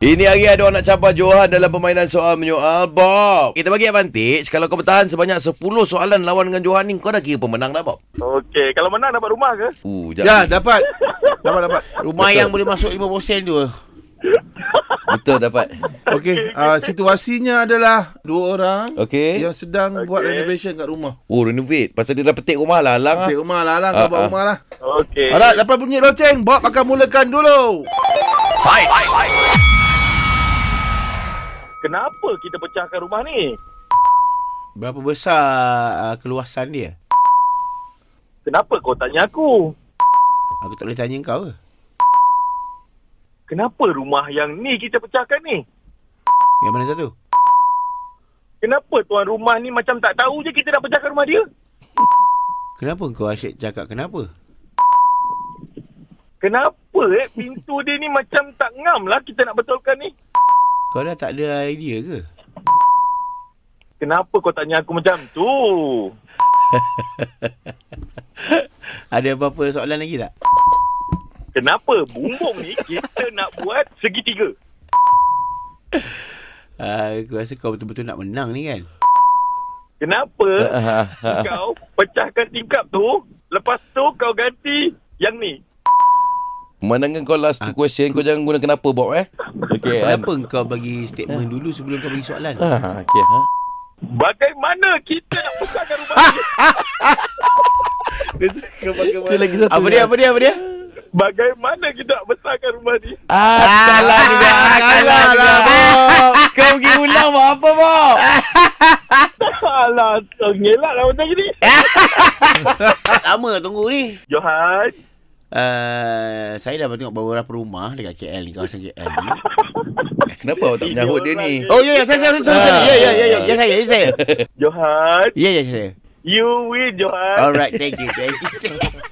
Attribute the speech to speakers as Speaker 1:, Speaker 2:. Speaker 1: Ini hari ada orang nak cabar Johan dalam permainan soal menyoal Bob. Kita bagi advantage. Kalau kau bertahan sebanyak 10 soalan lawan dengan Johan ni, kau dah kira pemenang dah, Bob.
Speaker 2: Okey, kalau menang dapat rumah ke?
Speaker 1: Uh,
Speaker 3: Ya,
Speaker 1: jap.
Speaker 3: dapat. Dapat, dapat.
Speaker 4: Rumah Betul. yang boleh masuk 5% tu.
Speaker 1: Betul dapat.
Speaker 3: Okey, uh, situasinya adalah dua orang
Speaker 1: Okey.
Speaker 3: yang sedang okay. buat
Speaker 2: Okey.
Speaker 3: renovation kat rumah.
Speaker 1: Oh, renovate. Pasal dia dah petik rumah lah, alang lah.
Speaker 3: Tengok rumah lah, lah.
Speaker 1: Ah,
Speaker 3: Kau buat
Speaker 1: ah.
Speaker 3: rumah lah.
Speaker 2: Okey.
Speaker 3: Alright, dapat bunyi loceng. Bob akan mulakan dulu.
Speaker 2: Kenapa kita pecahkan rumah ni?
Speaker 4: Berapa besar uh, keluasan dia?
Speaker 2: Kenapa kau tanya aku?
Speaker 4: Aku tak boleh tanya kau ke?
Speaker 2: Kenapa rumah yang ni kita pecahkan ni?
Speaker 4: Yang mana satu?
Speaker 2: Kenapa tuan rumah ni macam tak tahu je kita dah pecahkan rumah dia?
Speaker 4: Kenapa kau asyik cakap kenapa?
Speaker 2: Kenapa eh pintu dia ni macam tak ngam lah kita nak betulkan ni?
Speaker 4: Kau dah tak ada idea ke?
Speaker 2: Kenapa kau tanya aku macam tu?
Speaker 4: Ada apa-apa soalan lagi tak?
Speaker 2: Kenapa bumbung ni kita nak buat segitiga?
Speaker 4: Uh, aku rasa kau betul-betul nak menang ni kan?
Speaker 2: Kenapa kau pecahkan tingkap tu lepas tu kau ganti yang ni?
Speaker 1: Menangkan kau last two question, kau jangan guna kenapa, Bob, eh. Okey, kan?
Speaker 4: Ah. Kenapa kau bagi statement dulu sebelum kau bagi soalan?
Speaker 1: Ah, okey. Ha?
Speaker 2: Bagaimana kita nak pecahkan rumah dia?
Speaker 1: Dia lagi satu. lah.
Speaker 4: Apa dia? Apa dia? Apa dia?
Speaker 2: Bagaimana kita nak besarkan rumah ni?
Speaker 1: Ah, kalah juga. Kalah juga, Bob. Kau pergi ulang buat apa, Bob?
Speaker 2: Alah, ngelak lah macam ni.
Speaker 4: Tak lama tunggu ni.
Speaker 2: Johan,
Speaker 4: Uh, saya dah tengok beberapa rumah dekat KL ni, kawasan KL ni.
Speaker 1: Kenapa awak tak menyahut dia ni?
Speaker 4: Oh, ya, ya, saya, saya, saya, saya, ya, ya, ya, ya, ya, saya, ya, saya.
Speaker 2: Johan,
Speaker 4: Ya, ya, saya.
Speaker 2: you win Johan.
Speaker 4: Alright, thank you, thank you.